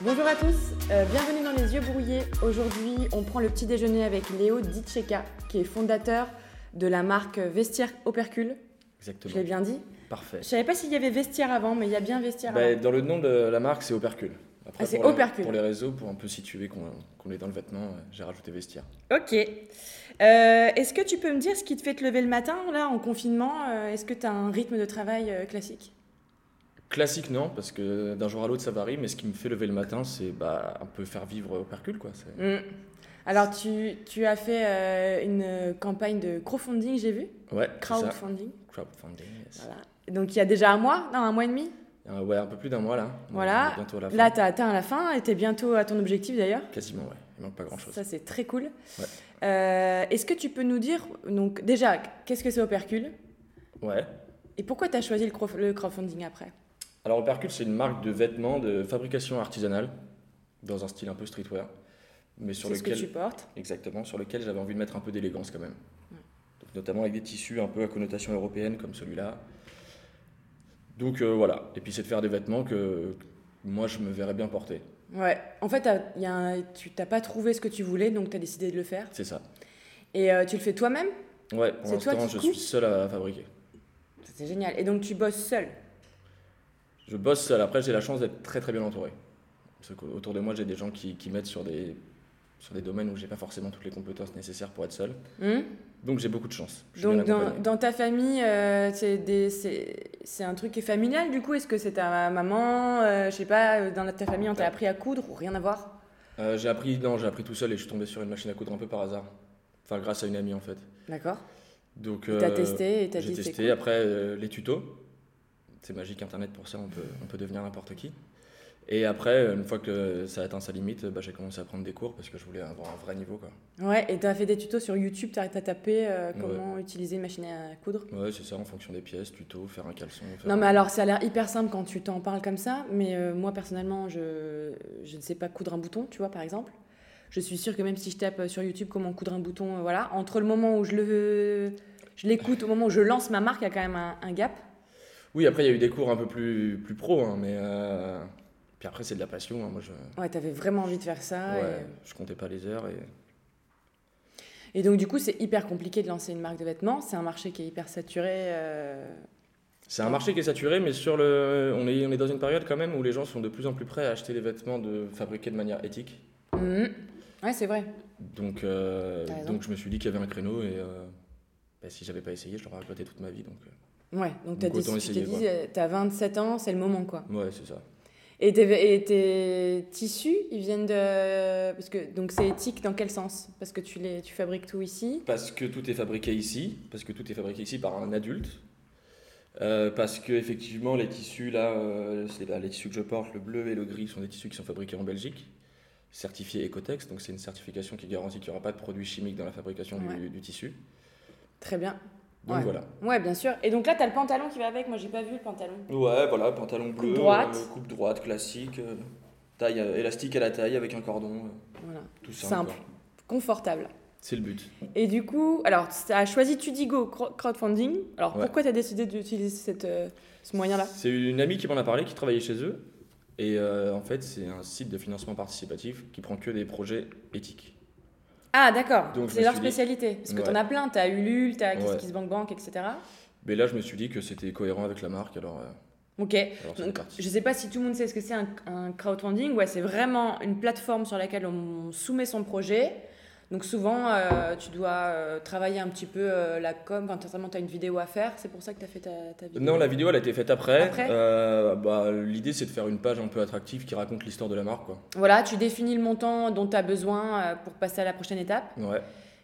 Bonjour à tous, euh, bienvenue dans Les Yeux Brouillés. Aujourd'hui, on prend le petit déjeuner avec Léo Ditcheka, qui est fondateur de la marque Vestiaire Opercule. Je l'ai Exactement. bien dit Parfait. Je savais pas s'il y avait Vestiaire avant, mais il y a bien Vestiaire Bah, avant. dans le nom de la marque, c'est Opercule. Après, Ah, c'est pour les- Opercule. Pour les réseaux, pour un peu situer qu'on qu'on est dans le vêtement, euh, j'ai rajouté vestiaire. Ok. Euh, Est-ce que tu peux me dire ce qui te fait te lever le matin, là, en confinement Euh, Est-ce que tu as un rythme de travail euh, classique Classique, non, parce que d'un jour à l'autre, ça varie, mais ce qui me fait lever le matin, c'est bah, un peu faire vivre Opercule. Quoi. C'est- Mm. Alors, tu, tu as fait euh, une campagne de crowdfunding, j'ai vu Ouais, Ah, c'est ça. Crowdfunding. Crowdfunding. yes. Voilà. Donc, il y a déjà un mois Non, un mois et demi Euh, ouais, un peu plus d'un mois là. On Voilà. est bientôt à la fin. Là, tu as atteint la fin et tu es bientôt à ton objectif d'ailleurs. Quasiment, ouais. Il manque pas grand chose. Ça, c'est très cool. Ouais. Euh, Est-ce que tu peux nous dire, donc déjà, qu'est-ce que c'est Opercule Ouais. et pourquoi tu as choisi le, crof- le crowdfunding après Alors Opercule, c'est une marque de vêtements de fabrication artisanale, dans un style un peu streetwear, mais sur C'est ce que lequel tu portes. Exactement, sur lequel j'avais envie de mettre un peu d'élégance quand même. Ouais. Donc, notamment avec des tissus un peu à connotation européenne comme celui-là. Donc euh, voilà, et puis c'est de faire des vêtements que moi je me verrais bien porter, Ouais. En fait, t'as- y a un- tu t'as pas trouvé ce que tu voulais, donc tu as décidé de le faire. c'est ça. Et euh, tu le fais toi-même Ouais, pour C'est toi l'instant qui je coupes suis seul à fabriquer. Ça, C'est génial. Et donc tu bosses seul. Je bosse seul, après j'ai la chance d'être très très bien entouré. Parce que autour de moi j'ai des gens qui, qui m'aident sur des, sur des domaines où j'ai pas forcément toutes les compétences nécessaires pour être seul. Hum Donc j'ai beaucoup de chance. Je suis donc bien dans, accompagné. dans ta famille, euh, c'est des- c'est c'est un truc qui est familial du coup Est-ce que c'est ta maman euh, Je sais pas, dans ta famille on t'a appris à coudre ou rien à voir Euh, j'ai appris, non, j'ai appris tout seul et je suis tombé sur une machine à coudre un peu par hasard. Enfin grâce à une amie en fait. D'accord. Donc, T'as euh, testé et t'as J'ai dit c'est testé. cool. Après, euh, les tutos. C'est magique, Internet, pour ça, on peut, on peut devenir n'importe qui. Et après, une fois que ça a atteint sa limite, bah, j'ai commencé à prendre des cours parce que je voulais avoir un vrai niveau. Quoi. Ouais, et t'as fait des tutos sur YouTube, t'as t'as tapé euh, comment utiliser une machine à coudre. Ouais, c'est ça, en fonction des pièces, tuto, faire un caleçon. faire- Non mais alors ça a l'air hyper simple quand tu t'en parles comme ça, mais euh, moi personnellement je, je ne sais pas coudre un bouton, tu vois par exemple. Je suis sûre que même si je tape euh, sur YouTube comment coudre un bouton, euh, voilà, entre le moment où je le je l'écoute, au moment où je lance ma marque, il y a quand même un, un gap. Oui, après, il y a eu des cours un peu plus, plus pro, hein, mais. euh, Puis après, c'est de la passion. hein, Moi, je... Ouais, t'avais vraiment envie de faire ça. ouais, je comptais pas les heures. Et... Et, et donc du coup c'est hyper compliqué de lancer une marque de vêtements, c'est un marché qui est hyper saturé. euh, C'est un marché qui est saturé, mais sur le... on, est, on est dans une période quand même où les gens sont de plus en plus prêts à acheter des vêtements de... fabriqués de manière éthique. Mhm. Ouais, c'est vrai. Donc, euh, T'as raison. donc je me suis dit qu'il y avait un créneau et euh, bah, si j'avais pas essayé, je l'aurais regretté toute ma vie. Donc, euh, Ouais, donc t'as Donc dit, autant tu t'es essayer, dit, quoi. euh, t'as 27 ans, c'est le moment quoi. euh, ouais, c'est ça. Et tes, et tes tissus, ils viennent de. Parce que, donc c'est éthique dans quel sens Parce que tu, les, tu fabriques tout ici. Parce que tout est fabriqué ici, parce que tout est fabriqué ici par un adulte. euh, parce que effectivement les tissus là, euh, c'est- bah, les tissus que je porte, le bleu et le gris sont des tissus qui sont fabriqués en Belgique, certifiés Ecotex, donc c'est une certification qui garantit qu'il n'y aura pas de produits chimiques dans la fabrication du- Ouais. du, tissu. Très bien. Donc Ouais. voilà. Ouais, bien sûr. Et donc là, t'as le pantalon qui va avec. Moi, j'ai pas vu le pantalon. Ouais, voilà, pantalon bleu, droite. euh, coupe droite classique, euh, taille euh, élastique à la taille avec un cordon, euh, Voilà. tout Simple. quoi. Confortable. C'est le but. Et du coup, alors, t'as choisi Tudigo cro- crowdfunding. Alors, Ouais. pourquoi t'as décidé d'utiliser cette, euh, ce moyen-là C'est une amie qui m'en a parlé, qui travaillait chez eux. Et euh, en fait, c'est un site de financement participatif qui prend que des projets éthiques. Ah, d'accord. Donc, je C'est me leur suis dit- spécialité. Parce que Ouais. t'en as plein. T'as Ulule, t'as Ouais. KissKissBankBank, etc. Mais là, je me suis dit que c'était cohérent avec la marque, alors, euh, Ok. alors c'est Donc, parti. je sais pas si tout le monde sait ce que c'est un, un crowdfunding. Ouais, c'est vraiment une plateforme sur laquelle on soumet son projet. Donc souvent, euh, tu dois euh, travailler un petit peu euh, la com. Enfin, tu as une vidéo à faire. C'est pour ça que tu as fait ta, ta vidéo. Non, la vidéo, elle a été faite après. Après Euh, bah, L'idée, c'est de faire une page un peu attractive qui raconte l'histoire de la marque. Quoi. Voilà, tu définis le montant dont tu as besoin euh, pour passer à la prochaine étape. Ouais.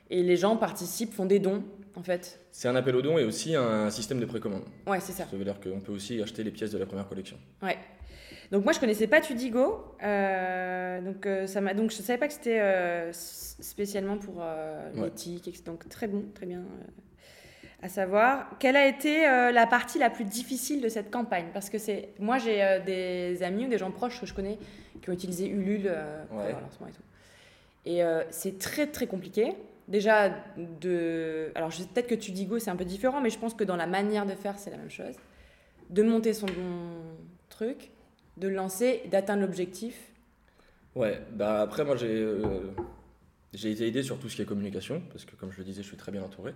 Et les gens participent, font des dons, en fait. C'est un appel aux dons et aussi un système de précommande. Ouais, c'est ça. Ça veut dire qu'on peut aussi acheter les pièces de la première collection. Ouais. Donc moi je connaissais pas Tudigo, euh, donc euh, ça m'a donc je savais pas que c'était euh, s- spécialement pour euh, Ouais. l'éthique, etc. donc très bon, très bien euh, à savoir. Quelle a été euh, la partie la plus difficile de cette campagne Parce que c'est moi j'ai euh, des amis ou des gens proches que je connais qui ont utilisé Ulule euh, pour Ouais. leur lancement et tout. Et euh, c'est très très compliqué. Déjà de alors je- peut-être que Tudigo c'est un peu différent, mais je pense que dans la manière de faire c'est la même chose de monter son bon truc, de le lancer, d'atteindre l'objectif Ouais, bah après, moi, j'ai euh, j'ai été aidé sur tout ce qui est communication, parce que comme je le disais, je suis très bien entouré.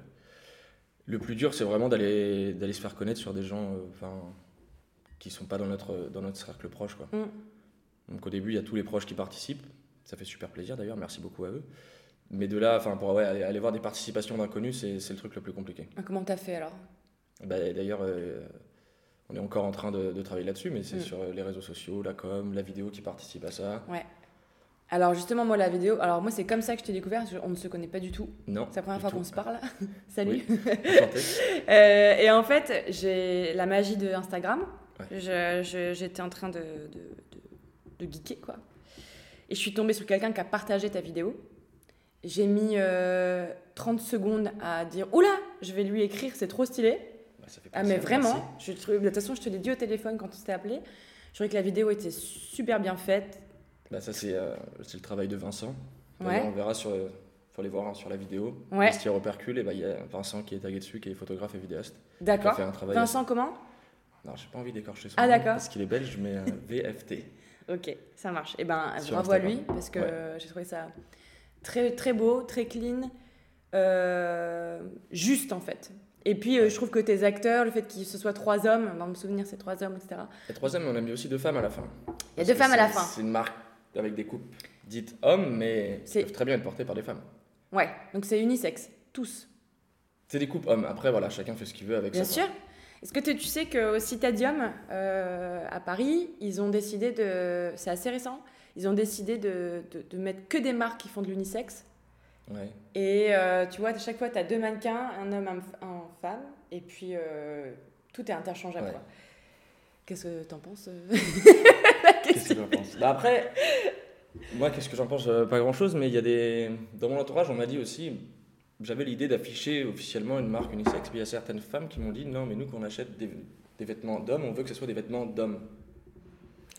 Le plus dur, c'est vraiment d'aller d'aller se faire connaître sur des gens euh, enfin, qui sont pas dans notre, dans notre cercle proche. Quoi. Mm. Donc au début, il y a tous les proches qui participent. Ça fait super plaisir d'ailleurs, merci beaucoup à eux. Mais de là, enfin, pour ouais, aller, aller voir des participations d'inconnus, c'est c'est le truc le plus compliqué. Ah, Comment t'as fait alors Bah, D'ailleurs, euh, on est encore en train de, de travailler là-dessus, mais c'est Mm. sur euh, les réseaux sociaux, la com, la vidéo qui participe à ça. Alors justement, moi, la vidéo, alors moi, c'est comme ça que je t'ai découvert, je- on ne se connaît pas du tout. Non. C'est la première du fois tout. qu'on se parle. Salut. Enchanté. Euh, et en fait, j'ai la magie de Instagram. Ouais. Je- je- J'étais en train de, de, de- de geeker, quoi. Et je suis tombée sur quelqu'un qui a partagé ta vidéo. J'ai mis euh, 30 secondes à dire Oula, je vais lui écrire, c'est trop stylé. Bah, ça fait Ah, mais plaisir, merci. vraiment, je trouve, de toute façon, je te l'ai dit au téléphone quand on s'était appelé. Je trouvais que la vidéo était super bien faite. Bah, ça, c'est euh, c'est le travail de Vincent. D'ailleurs, Ouais, On verra sur. euh, faut les voir hein, sur la vidéo. Ouais. Vestiaire au percule, et bah, il y a Vincent qui est tagué dessus, qui est photographe et vidéaste. Il a d'accord. fait un travail. Vincent, comment Non, j'ai pas envie d'écorcher son Ah, nom, d'accord. Parce qu'il est belge, mais euh, VFT. Ok, ça marche. Et ben, Sur bravo à Instagram. lui parce que j'ai trouvé ça très très beau, très clean, euh, juste en fait. Et puis euh, je trouve que tes acteurs, le fait que ce soit trois hommes, dans mon souvenir c'est trois hommes, etc. La troisième, on a mis aussi deux femmes à la fin. Il y a Parce deux que femmes à la c'est- fin. C'est une marque avec des coupes dites hommes, mais qui C'est- peuvent très bien être portées par des femmes. Ouais, donc c'est unisexe, tous. C'est des coupes hommes. Après, voilà, chacun fait ce qu'il veut avec Bien ça. quoi. sûr. Est-ce que tu tu sais qu'au Citadium euh, à Paris, ils ont décidé de. C'est assez récent, ils ont décidé de, de, de mettre que des marques qui font de l'unisexe. Ouais. Et euh, tu vois, à chaque fois, tu as deux mannequins, un homme, un, f- un femme, et puis euh, tout est interchangeable. Ouais. quoi. Qu'est-ce que t'en penses euh Qu'est-ce que j'en pense Bah, Après, moi, qu'est-ce que j'en pense Euh, Pas grand-chose, mais il y a des. Dans mon entourage, on m'a dit aussi. J'avais l'idée d'afficher officiellement une marque unisexe, puis il y a certaines femmes qui m'ont dit non, mais nous, quand on achète des, des vêtements d'hommes, on veut que ce soit des vêtements d'hommes.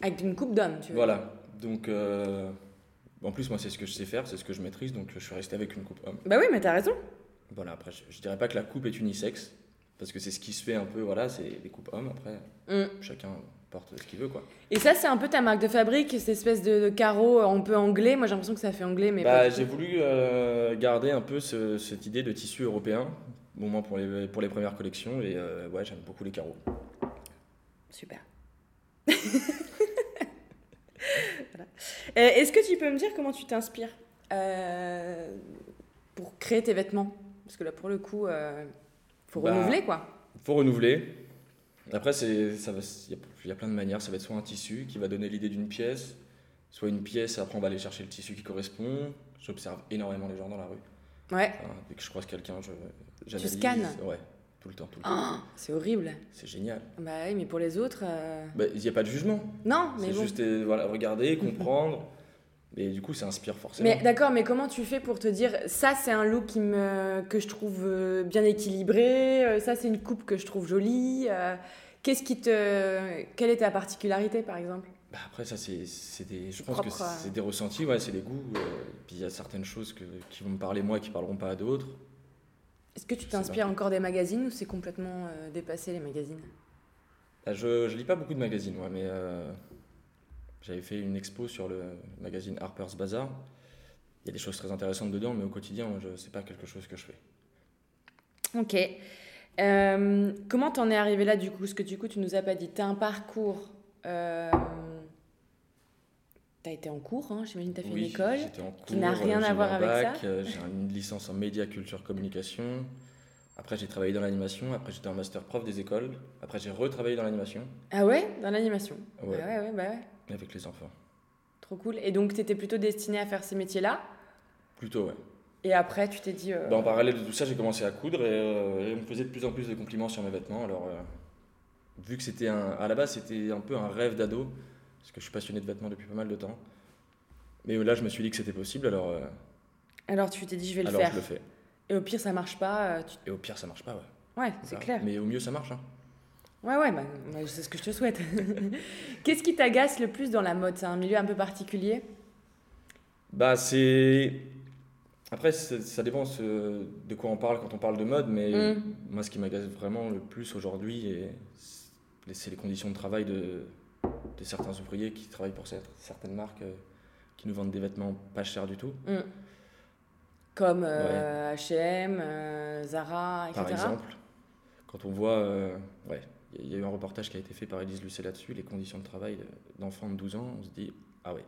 Avec une coupe d'homme, tu vois. Voilà. Donc, euh, en plus, moi, c'est ce que je sais faire, c'est ce que je maîtrise, donc je suis resté avec une coupe homme. Bah oui, mais t'as raison. Voilà, après, je, je dirais pas que la coupe est unisexe, parce que c'est ce qui se fait un peu, voilà, c'est des coupes hommes, après, Mm. chacun porte ce qu'il veut, quoi. Et ça, c'est un peu ta marque de fabrique, cette espèce de, de carreau un peu anglais. Moi, j'ai l'impression que ça fait anglais, mais. Bah, pas du j'ai tout. voulu euh, garder un peu ce- cette idée de tissu européen, au moins pour les, pour les premières collections, et euh, ouais, j'aime beaucoup les carreaux. Super. Voilà. Euh, Est-ce que tu peux me dire comment tu t'inspires euh, pour créer tes vêtements Parce que là, pour le coup, euh, faut Bah, renouveler, quoi. Faut renouveler. Après, c'est- ça va- il y, a- il y a plein de manières. Ça va être soit un tissu qui va donner l'idée d'une pièce, soit une pièce, après on va aller chercher le tissu qui correspond. J'observe énormément les gens dans la rue. Ouais. Enfin, dès que je croise quelqu'un, je j'analyse. scannes Ouais, tout le temps, tout le temps. Ah, c'est horrible. C'est génial. Bah oui, mais pour les autres. euh, Bah, Il n'y a pas de jugement. Non, mais C'est bon. juste euh, voilà, regarder, comprendre. Et du coup, ça inspire forcément. Mais d'accord, mais comment tu fais pour te dire ça c'est un look qui me... que je trouve euh, bien équilibré, euh, ça c'est une coupe que je trouve jolie. euh, Qu'est-ce qui te quelle est ta particularité par exemple Bah, après, ça, c'est c'est des. Je C'est pense que propre à- c'est des ressentis, ouais, c'est des goûts. euh, puis il y a certaines choses que, qui vont me parler, moi, qui parleront pas à d'autres. Est-ce que tu Je sais t'inspires encore des magazines ou c'est complètement euh, dépassé les magazines Ah, Je, je lis pas beaucoup de magazines, moi, mais euh, j'avais fait une expo sur le magazine Harper's Bazaar. Il y a des choses très intéressantes dedans, mais au quotidien, moi, je- c'est pas quelque chose que je fais. Ok. Euh, comment t'en es arrivé là du coup Ce que du coup tu nous as pas dit. T'as un parcours. euh, T'as été en cours, hein, j'imagine t'as fait une école. j'étais en qui n'a cours, rien j'ai à eu voir un avec bac, ça. euh, J'ai une licence en média, culture, communication. Après, j'ai travaillé dans l'animation. Après, j'étais en master prof des écoles. Après, j'ai retravaillé dans l'animation Ah ouais Dans l'animation. Ouais. Ah ouais, ouais, bah ouais. avec les enfants. Trop cool. Et donc, tu étais plutôt destinée à faire ces métiers-là. Plutôt, ouais. Et après, tu t'es dit. euh, Bah, en parallèle de tout ça, j'ai commencé à coudre et, euh, et on me faisait de plus en plus de compliments sur mes vêtements. Alors, euh, vu que c'était un, à la base, c'était un peu un rêve d'ado, parce que je suis passionné de vêtements depuis pas mal de temps. Mais là, je me suis dit que c'était possible, alors, euh, Alors, tu t'es dit, je vais le alors faire. je le fais. Et au pire, ça marche pas. euh, tu- Et au pire, ça marche pas, ouais. Ouais, c'est Voilà. clair. Mais au mieux, ça marche. hein. Ouais, ouais, bah, bah, c'est ce que je te souhaite. Qu'est-ce qui t'agace le plus dans la mode C'est un milieu un peu particulier. Bah, c'est. Après, c'est- ça dépend ce- de quoi on parle quand on parle de mode, mais Mm. moi, ce qui m'agace vraiment le plus aujourd'hui, et c'est- c'est les conditions de travail de, de certains ouvriers qui travaillent pour cer- certaines marques euh, qui nous vendent des vêtements pas chers du tout. Mm. Comme euh, H&M, euh, Zara, etc. Par exemple, quand on voit. euh, ouais, il y a eu un reportage qui a été fait par Élise Lucet là-dessus, les conditions de travail de- d'enfants de 12 ans, on se dit, ah ouais.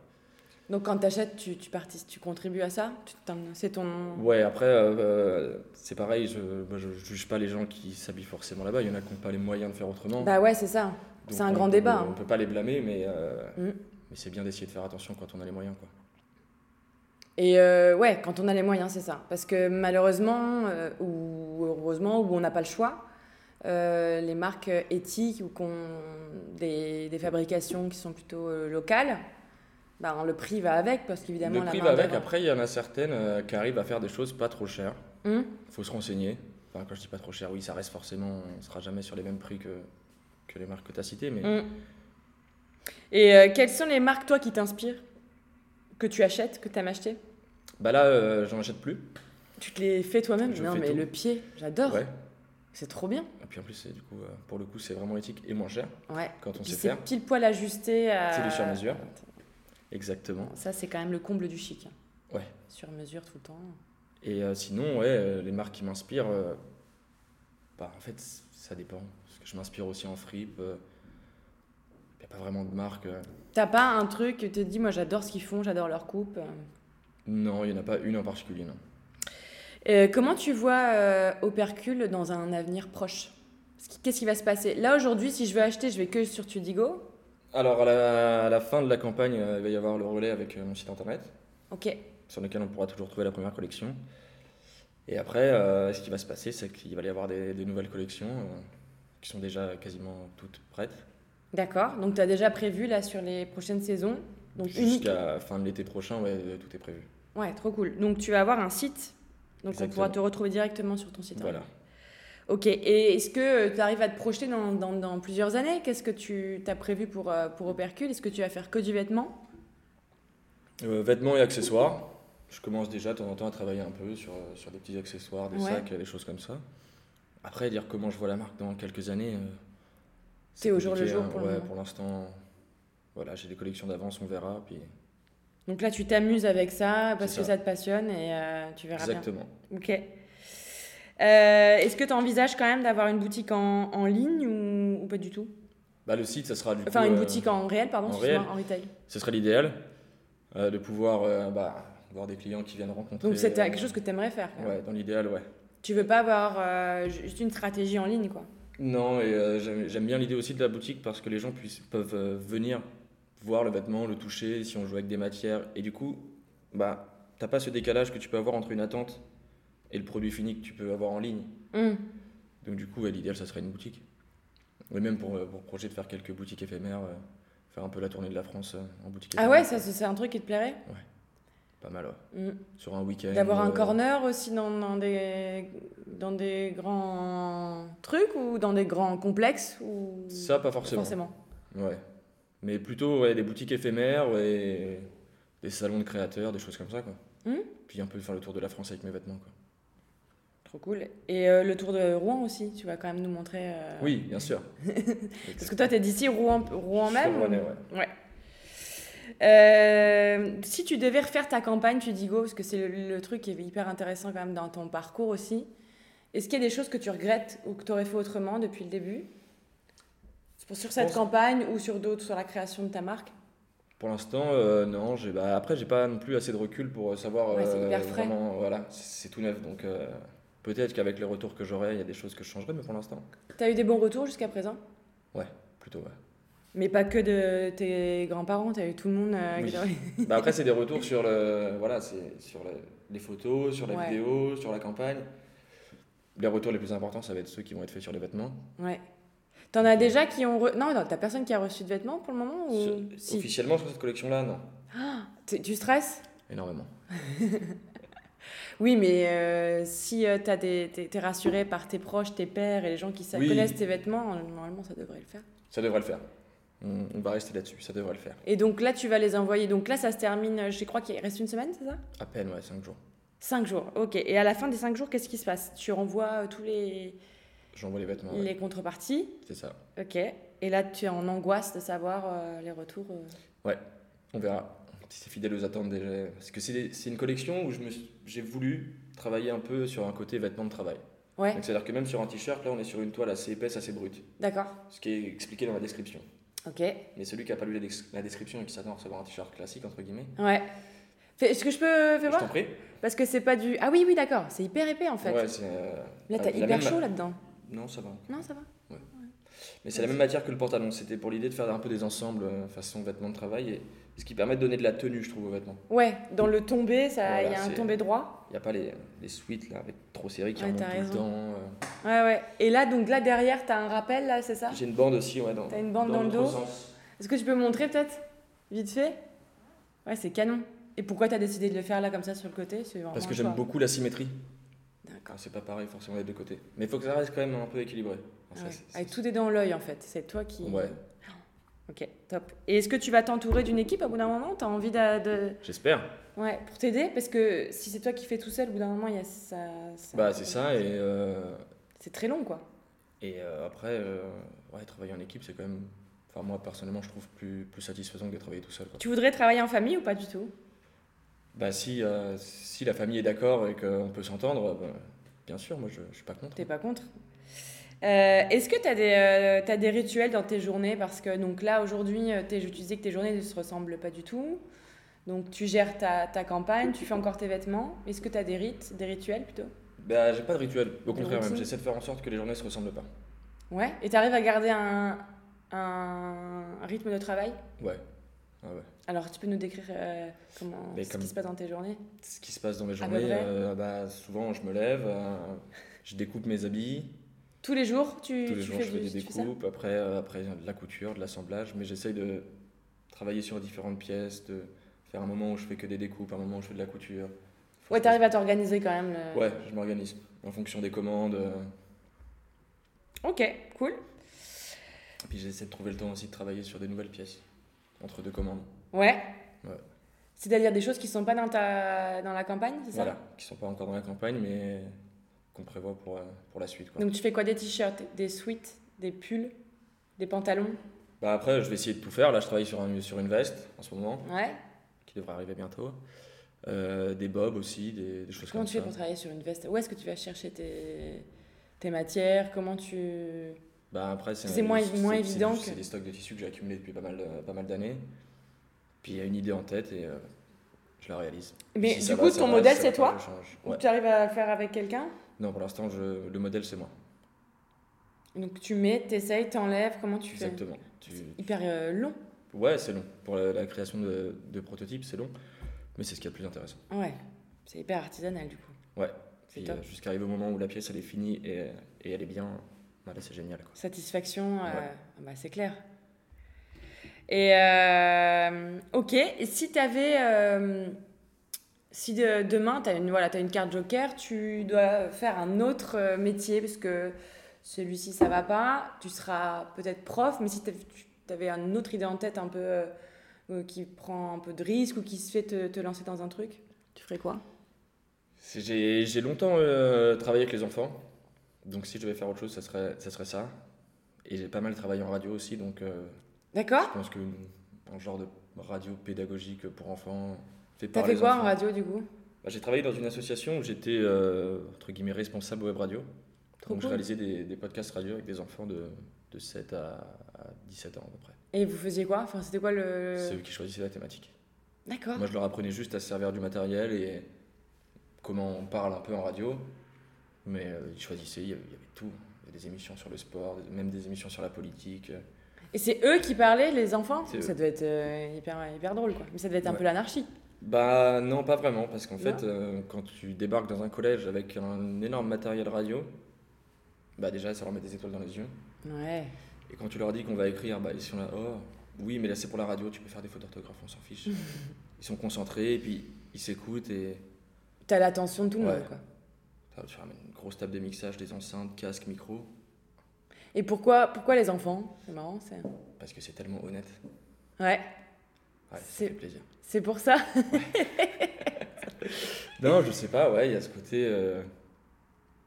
Donc quand t'achètes, tu tu partic- tu contribues à ça. Tu t'en- C'est ton. Ouais, après, euh, c'est pareil, je, moi, je juge pas les gens qui s'habillent forcément là-bas, il y en a qui n'ont pas les moyens de faire autrement. Bah ouais, c'est ça. Donc, c'est un on grand peut- débat, On hein. peut pas les blâmer, mais, euh, Mm. mais c'est bien d'essayer de faire attention quand on a les moyens. Quoi. Et euh, ouais, quand on a les moyens, c'est ça. Parce que malheureusement, euh, ou heureusement, ou on n'a pas le choix, euh, les marques euh, éthiques ou qu'on des, des fabrications qui sont plutôt euh, locales, ben, le prix va avec, parce qu'évidemment, Le la prix va main-d'œuvre- avec, après, il y en a certaines euh, qui arrivent à faire des choses pas trop chères. Hum, faut se renseigner. Enfin, quand je dis pas trop cher, oui, ça reste forcément, on sera jamais sur les mêmes prix que, que les marques que tu as citées, mais hum. Et euh, quelles sont les marques, toi, qui t'inspirent Que tu achètes, que t'aimes acheter bah là, euh, j'en achète plus. Tu te les fais toi-même Je Non, fais mais tout. le pied, j'adore. Ouais. C'est trop bien. Et puis en plus, c'est du coup, euh, pour le coup, c'est vraiment éthique et moins cher Ouais. quand on Puis sait c'est faire. pile poil ajusté à... C'est du sur-mesure. Exactement. Ça, c'est quand même le comble du chic. hein. Ouais. Sur mesure tout le temps. Et euh, sinon, ouais, euh, les marques qui m'inspirent, euh, bah, en fait, c- ça dépend. Parce que je m'inspire aussi en fripe. Il n'y a pas vraiment de marque. euh. T'as pas un truc, tu te dis, moi j'adore ce qu'ils font, j'adore leur coupe. Non, il n'y en a pas une en particulier, non. Euh, comment tu vois euh, Opercule dans un avenir proche Parce que- Qu'est-ce qui va se passer Là aujourd'hui, si je veux acheter, je vais que sur Tudigo. Alors, à la, à la fin de la campagne, euh, il va y avoir le relais avec euh, mon site internet. Ok. sur lequel on pourra toujours trouver la première collection. Et après, euh, ce qui va se passer, c'est qu'il va y avoir des, des nouvelles collections euh, qui sont déjà quasiment toutes prêtes. D'accord. Donc t'as déjà prévu là sur les prochaines saisons. Donc unique. Jusqu'à fin de l'été prochain, ouais, euh, tout est prévu. Ouais, trop cool. Donc tu vas avoir un site. Donc on pourra Exactement. te retrouver directement sur ton site. Voilà. Ok, et est-ce que euh, tu arrives à te projeter dans, dans- dans plusieurs années Qu'est-ce que tu as prévu pour, euh, pour Opercule Est-ce que tu vas faire que du vêtement Euh, vêtements et accessoires. Je commence déjà de temps en temps à travailler un peu sur, euh, sur des petits accessoires, des Ouais. sacs, euh, des choses comme ça. Après, dire comment je vois la marque dans quelques années. euh, C'est au jour le compliqué, jour hein. pour le Ouais, moment. pour l'instant. Voilà, j'ai des collections d'avance, on verra. Puis... Donc là, tu t'amuses avec ça parce C'est que ça. ça te passionne et euh, tu verras Exactement. bien. Ok. Euh, est-ce que tu envisages quand même d'avoir une boutique en, en ligne ou, ou pas du tout Bah, le site, ça sera du Enfin, coup, une euh, boutique en réel, pardon, en excuse-moi, réel. en retail. ce serait l'idéal euh, de pouvoir euh, bah, voir des clients qui viennent rencontrer. Donc c'est euh, quelque chose que tu aimerais faire. quoi. Ouais, dans l'idéal, ouais. Tu veux pas avoir euh, juste une stratégie en ligne, quoi. Non, et euh, j'aime j'aime bien l'idée aussi de la boutique parce que les gens puissent, peuvent euh, venir voir le vêtement, le toucher, si on joue avec des matières. Et du coup, bah, t'as pas ce décalage que tu peux avoir entre une attente et le produit fini que tu peux avoir en ligne. Hum. Donc du coup, ouais, l'idéal, ça serait une boutique. Et même pour, euh, pour projet de faire quelques boutiques éphémères, euh, faire un peu la tournée de la France euh, en boutique Ah éphémère. ouais, ça, c'est un truc qui te plairait Pas mal, ouais. Hum. Sur un week-end. D'avoir un euh, corner aussi dans, dans des, dans des grands trucs ou dans des grands complexes ou... Ça, pas forcément. Ouais. Mais plutôt ouais, des boutiques éphémères et des salons de créateurs, des choses comme ça. Quoi. Mhm. Puis un peu faire le tour de la France avec mes vêtements. Quoi. Trop cool. Et euh, le tour de Rouen aussi, tu vas quand même nous montrer. euh, Oui, bien sûr. Parce que toi, t'es d'ici, Rouen, Rouen Je suis même Rouennais, ouais. Euh, si tu devais refaire ta campagne, tu dis go, parce que c'est le, le truc qui est hyper intéressant quand même dans ton parcours aussi. Est-ce qu'il y a des choses que tu regrettes ou que tu aurais fait autrement depuis le début Pour- Sur cette pense- campagne ou sur d'autres, sur la création de ta marque Pour l'instant, euh, non. j'ai- Bah, après, j'ai pas non plus assez de recul pour euh, savoir. Ouais, c'est euh, hyper frais. vraiment, voilà, c'est c'est tout neuf. Donc euh, peut-être qu'avec les retours que j'aurai, il y a des choses que je changerai, mais pour l'instant, T'as eu des bons retours jusqu'à présent plutôt. ouais. Mais pas que de tes grands-parents, t'as eu tout le monde. euh, qui- Bah après, c'est des retours sur, le, voilà, c'est sur le- les photos, sur la Ouais. vidéo, sur la campagne. Les retours les plus importants, ça va être ceux qui vont être faits sur les vêtements. ouais. T'en as déjà qui ont. re- Non, non, t'as personne qui a reçu de vêtements pour le moment ou... Sur- Si. Officiellement, sur cette collection-là, non. T'es- Tu stresses Énormément. Oui, mais euh, si euh, t'as des- t'es t'es rassuré par tes proches, tes pères et les gens qui sa- Oui. connaissent tes vêtements, euh, normalement ça devrait le faire. Ça devrait le faire. On, on va rester là-dessus, ça devrait le faire. Et donc là, tu vas les envoyer. Donc là, ça se termine, euh, je crois qu'il reste une semaine, c'est ça À peine, ouais, 5 jours. Cinq jours, ok. Et à la fin des cinq jours, qu'est-ce qui se passe Tu renvoies euh, tous les, J'envoie les vêtements, ouais, les contreparties, c'est ça. ok. Et là, tu es en angoisse de savoir euh, les retours. euh. On verra. c'est fidèle aux attentes déjà. Parce que c'est des- c'est une collection où je me suis- j'ai voulu travailler un peu sur un côté vêtements de travail. Ouais, Donc c'est-à-dire que même sur un t-shirt, là, on est sur une toile assez épaisse, assez brute. d'accord. Ce qui est expliqué dans la description. Ok. Ouais. Mais celui qui n'a pas lu la, dex- la description et qui s'attend à recevoir un t-shirt classique, entre guillemets, Fais- Est-ce que je peux je faire t'en voir prie. Parce que c'est pas du. Ah oui, oui, d'accord. C'est hyper épais en fait. Ouais, c'est, euh, Là, t'as la hyper même- chaud là-dedans. Non, ça va. Non, ça va. Mais c'est la même matière que le pantalon. C'était pour l'idée de faire un peu des ensembles euh, façon vêtements de travail. Et... Ce qui permet de donner de la tenue, je trouve, aux vêtements. Ouais, dans le tombé, ça, il Voilà, y a un c'est- tombé droit. Il n'y a pas les, les suites là, avec trop serrées qui Ouais, remontent t'as tout raison. le temps. euh. Ouais, ouais. Et là, donc là derrière, t'as un rappel là, c'est ça J'ai une bande aussi, ouais, dans, Ah. T'as une bande dans le l'autre dos sens. Est-ce que tu peux me montrer peut-être Vite fait Ouais, c'est canon. Et pourquoi t'as décidé de le faire là comme ça sur le côté C'est vraiment Parce que un j'aime choix. beaucoup la symétrie. D'accord. Ah, c'est pas pareil forcément les deux côtés. Mais il faut que ça reste quand même un peu équilibré. Enfin, ça, Ouais. c'est- Avec tout est dans l'œil en fait. C'est toi qui. Ouais, Ok, top. Et est-ce que tu vas t'entourer d'une équipe au bout d'un moment T'as envie d'a- de. j'espère. Ouais, pour t'aider Parce que si c'est toi qui fais tout seul, au bout d'un moment, il y a ça. ça- Bah c'est ça et, euh, C'est très long quoi. et euh, après, euh, ouais, travailler en équipe c'est quand même... Enfin moi personnellement je trouve plus, plus satisfaisant que de travailler tout seul. quoi. Tu voudrais travailler en famille ou pas du tout Bah si, euh, si la famille est d'accord et qu'on peut s'entendre, bah, bien sûr moi je, je suis pas contre. T'es pas contre Euh, Est-ce que t'as des, euh, t'as des rituels dans tes journées Parce que donc là, aujourd'hui, euh, t'es- je te disais que tes journées ne se ressemblent pas du tout. Donc tu gères ta, ta campagne, tu fais encore tes vêtements. Est-ce que t'as des rites, des rituels plutôt Bah j'ai pas de rituel, au Des contraire même, routines j'essaie de faire en sorte que les journées se ressemblent pas. Ouais. Et t'arrives à garder un, un rythme de travail Ouais. Ah ouais. Alors tu peux nous décrire euh, comment, Mais ce comme- qui se passe dans tes journées ce qui se passe dans mes À peu journées, près. euh, bah, souvent je me lève, euh, je découpe mes habits, Tous les jours, tu, tous les tu jours fais je fais du- des tu fais ça découpes, après, euh, après de la couture, de l'assemblage, mais j'essaye de travailler sur différentes pièces, de faire un moment où je fais que des découpes, un moment où je fais de la couture. Ouais, t'arrives à t'organiser quand même. euh. le- Ouais, je m'organise en fonction des commandes, euh, Ok, cool. et puis j'essaie de trouver le temps aussi de travailler sur des nouvelles pièces, entre deux commandes, Ouais. Ouais. C'est-à-dire des choses qui sont pas dans, ta... dans la campagne, c'est ça voilà, qui sont pas encore dans la campagne, mais qu'on prévoit pour, euh, pour la suite. Quoi. Donc tu fais quoi Des t-shirts, des suites, des pulls, des pantalons Bah, après, je vais essayer de tout faire, là je travaille sur, un- sur une veste en ce moment. Ouais. qui devrait arriver bientôt. Euh, des bobs aussi, des, des choses Comment comme tu fais ça. pour travailler sur une veste Où est-ce que tu vas chercher tes, tes matières Comment tu... Bah après, c'est C'est moins- moins c'est- évident C'est que- c'est des stocks de tissus que j'ai accumulés depuis pas mal, pas mal d'années. Puis il y a une idée en tête et euh, je la réalise. Mais Si ça du va, coup, ça ton va, modèle, c'est si ça va toi pas, je change. Ou Ouais. tu arrives à le faire avec quelqu'un Non, pour l'instant, je- le modèle, c'est moi. Donc tu mets, t'essayes, t'enlèves, comment tu fais Exactement. Tu- C'est hyper euh, long. Ouais, c'est long. Pour la, la création de, de prototypes, c'est long. Mais c'est ce qui est le plus intéressant. Ouais. C'est hyper artisanal du coup. Ouais. C'est Puis top. euh, jusqu'à arriver au moment où la pièce, elle est finie et, et elle est bien. bah là, c'est génial. Quoi. Satisfaction, euh, Ouais. bah, c'est clair. Et euh, ok, et si tu avais. si de- demain, tu as, une- voilà, as une carte joker, tu dois faire un autre euh, métier parce que celui-ci, ça va pas. Tu seras peut-être prof, mais si t'av- tu avais une autre idée en tête un peu. euh, euh, qui prend un peu de risque ou qui se fait te, te lancer dans un truc, tu ferais quoi C'est- J'ai j'ai longtemps euh, travaillé avec les enfants, donc si je devais faire autre chose, ça serait ça. Serait ça. Et j'ai pas mal travaillé en radio aussi, donc euh, je D'accord pense que un genre de radio pédagogique pour enfants fait T'as par fait les quoi en enfants. radio du coup Bah, J'ai travaillé dans une association où j'étais euh, entre guillemets responsable web radio. Trop donc je cool. réalisais des, des podcasts radio avec des enfants de, de 7 à, à 17 ans à peu près. Et vous faisiez quoi Enfin, c'était quoi le. C'est eux qui choisissaient la thématique. D'accord. Moi je leur apprenais juste à se servir du matériel et comment on parle un peu en radio. Mais euh, ils choisissaient, il y avait, il y avait tout. Il y a des émissions sur le sport, des- même des émissions sur la politique. Et c'est eux qui parlaient, les enfants C'est eux. Ça devait être euh, hyper, hyper drôle, quoi. Mais ça devait être un Ouais. peu l'anarchie. Bah non, pas vraiment, parce qu'en Non. fait, euh, quand tu débarques dans un collège avec un énorme matériel radio, bah déjà ça leur met des étoiles dans les yeux. Ouais. Et quand tu leur dis qu'on va écrire, bah ils sont là, oh oui, mais là c'est pour la radio, tu peux faire des fautes d'orthographe, on s'en fiche. ils sont concentrés et puis ils s'écoutent et T'as l'attention de tout le Ouais. monde, quoi. Ah, tu ramènes une grosse table de mixage, des enceintes, casques, micro, Et pourquoi, pourquoi les enfants C'est marrant, c'est. parce que c'est tellement honnête. Ouais, Ouais, ça C'est- fait plaisir. c'est pour ça. Non, je sais pas, ouais, il y a ce côté. euh,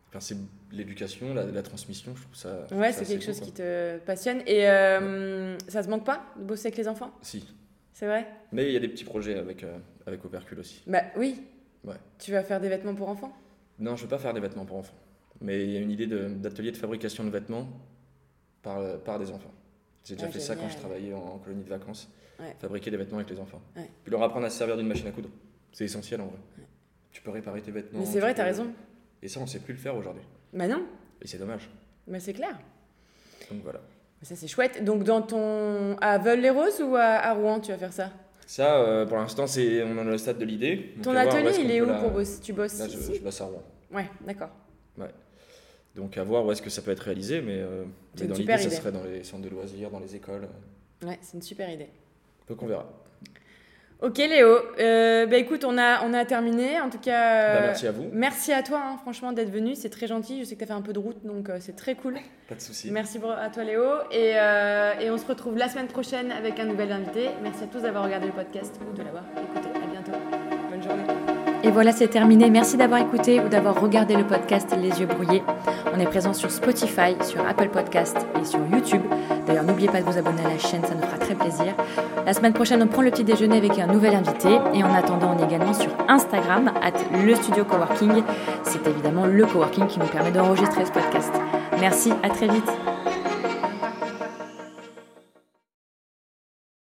enfin, c'est l'éducation, la, la transmission, je trouve ça. je Ouais, trouve ça c'est quelque assez chose beau, qui quoi. te passionne. Et euh, ça se manque pas de bosser avec les enfants Si, C'est vrai Mais il y a des petits projets avec, euh, avec Opercule aussi. Bah oui. Ouais. Tu vas faire des vêtements pour enfants Non, je ne veux pas faire des vêtements pour enfants. Mais il y a une idée de- d'atelier de, fabrication de vêtements par, euh, par des enfants. J'ai déjà Ah, fait ça quand je génial. travaillais en, en colonie de vacances. Ouais. Fabriquer des vêtements avec les enfants. Ouais. Puis leur apprendre à se servir d'une machine à coudre. C'est essentiel en vrai. Tu peux réparer tes vêtements. Mais c'est tu vrai, t'as peux- raison. Et ça, on ne sait plus le faire aujourd'hui. Bah non, Et c'est dommage. mais c'est clair. Donc voilà. Mais Ça, c'est chouette. Donc, dans ton. À Veules-les-Roses ou à, à Rouen, tu vas faire ça Ça, euh, pour l'instant, c'est on en est au stade de l'idée. Donc, Ton à voir atelier, est-ce qu'on il est peut où la- pour bosser Tu bosses Là, je, ici je bosse à Rouen. Ouais, d'accord. Donc à voir où est-ce que ça peut être réalisé, mais, euh, C'est mais une dans super l'idée, ça idée. serait dans les centres de loisirs, dans les écoles. Euh, Ouais, c'est une super idée. Donc on verra. Ok, Léo. Euh, bah écoute, on a, on a terminé. En tout cas. euh, Bah, merci à vous. merci à toi, hein, franchement, d'être venu. C'est très gentil. Je sais que tu as fait un peu de route, donc euh, c'est très cool. Pas de soucis. Merci pour- à toi, Léo. Et, euh, et on se retrouve la semaine prochaine avec un nouvel invité. Merci à tous d'avoir regardé le podcast ou de l'avoir écouté. À bientôt. Bonne journée. Et voilà, c'est terminé. Merci d'avoir écouté ou d'avoir regardé le podcast Les yeux brouillés. On est présent sur Spotify, sur Apple Podcast et sur YouTube. D'ailleurs, n'oubliez pas de vous abonner à la chaîne, ça nous fera très plaisir. La semaine prochaine, on prend le petit déjeuner avec un nouvel invité. Et en attendant, on est également sur Instagram, at le studio coworking. C'est évidemment le coworking qui nous permet d'enregistrer ce podcast. Merci, à très vite.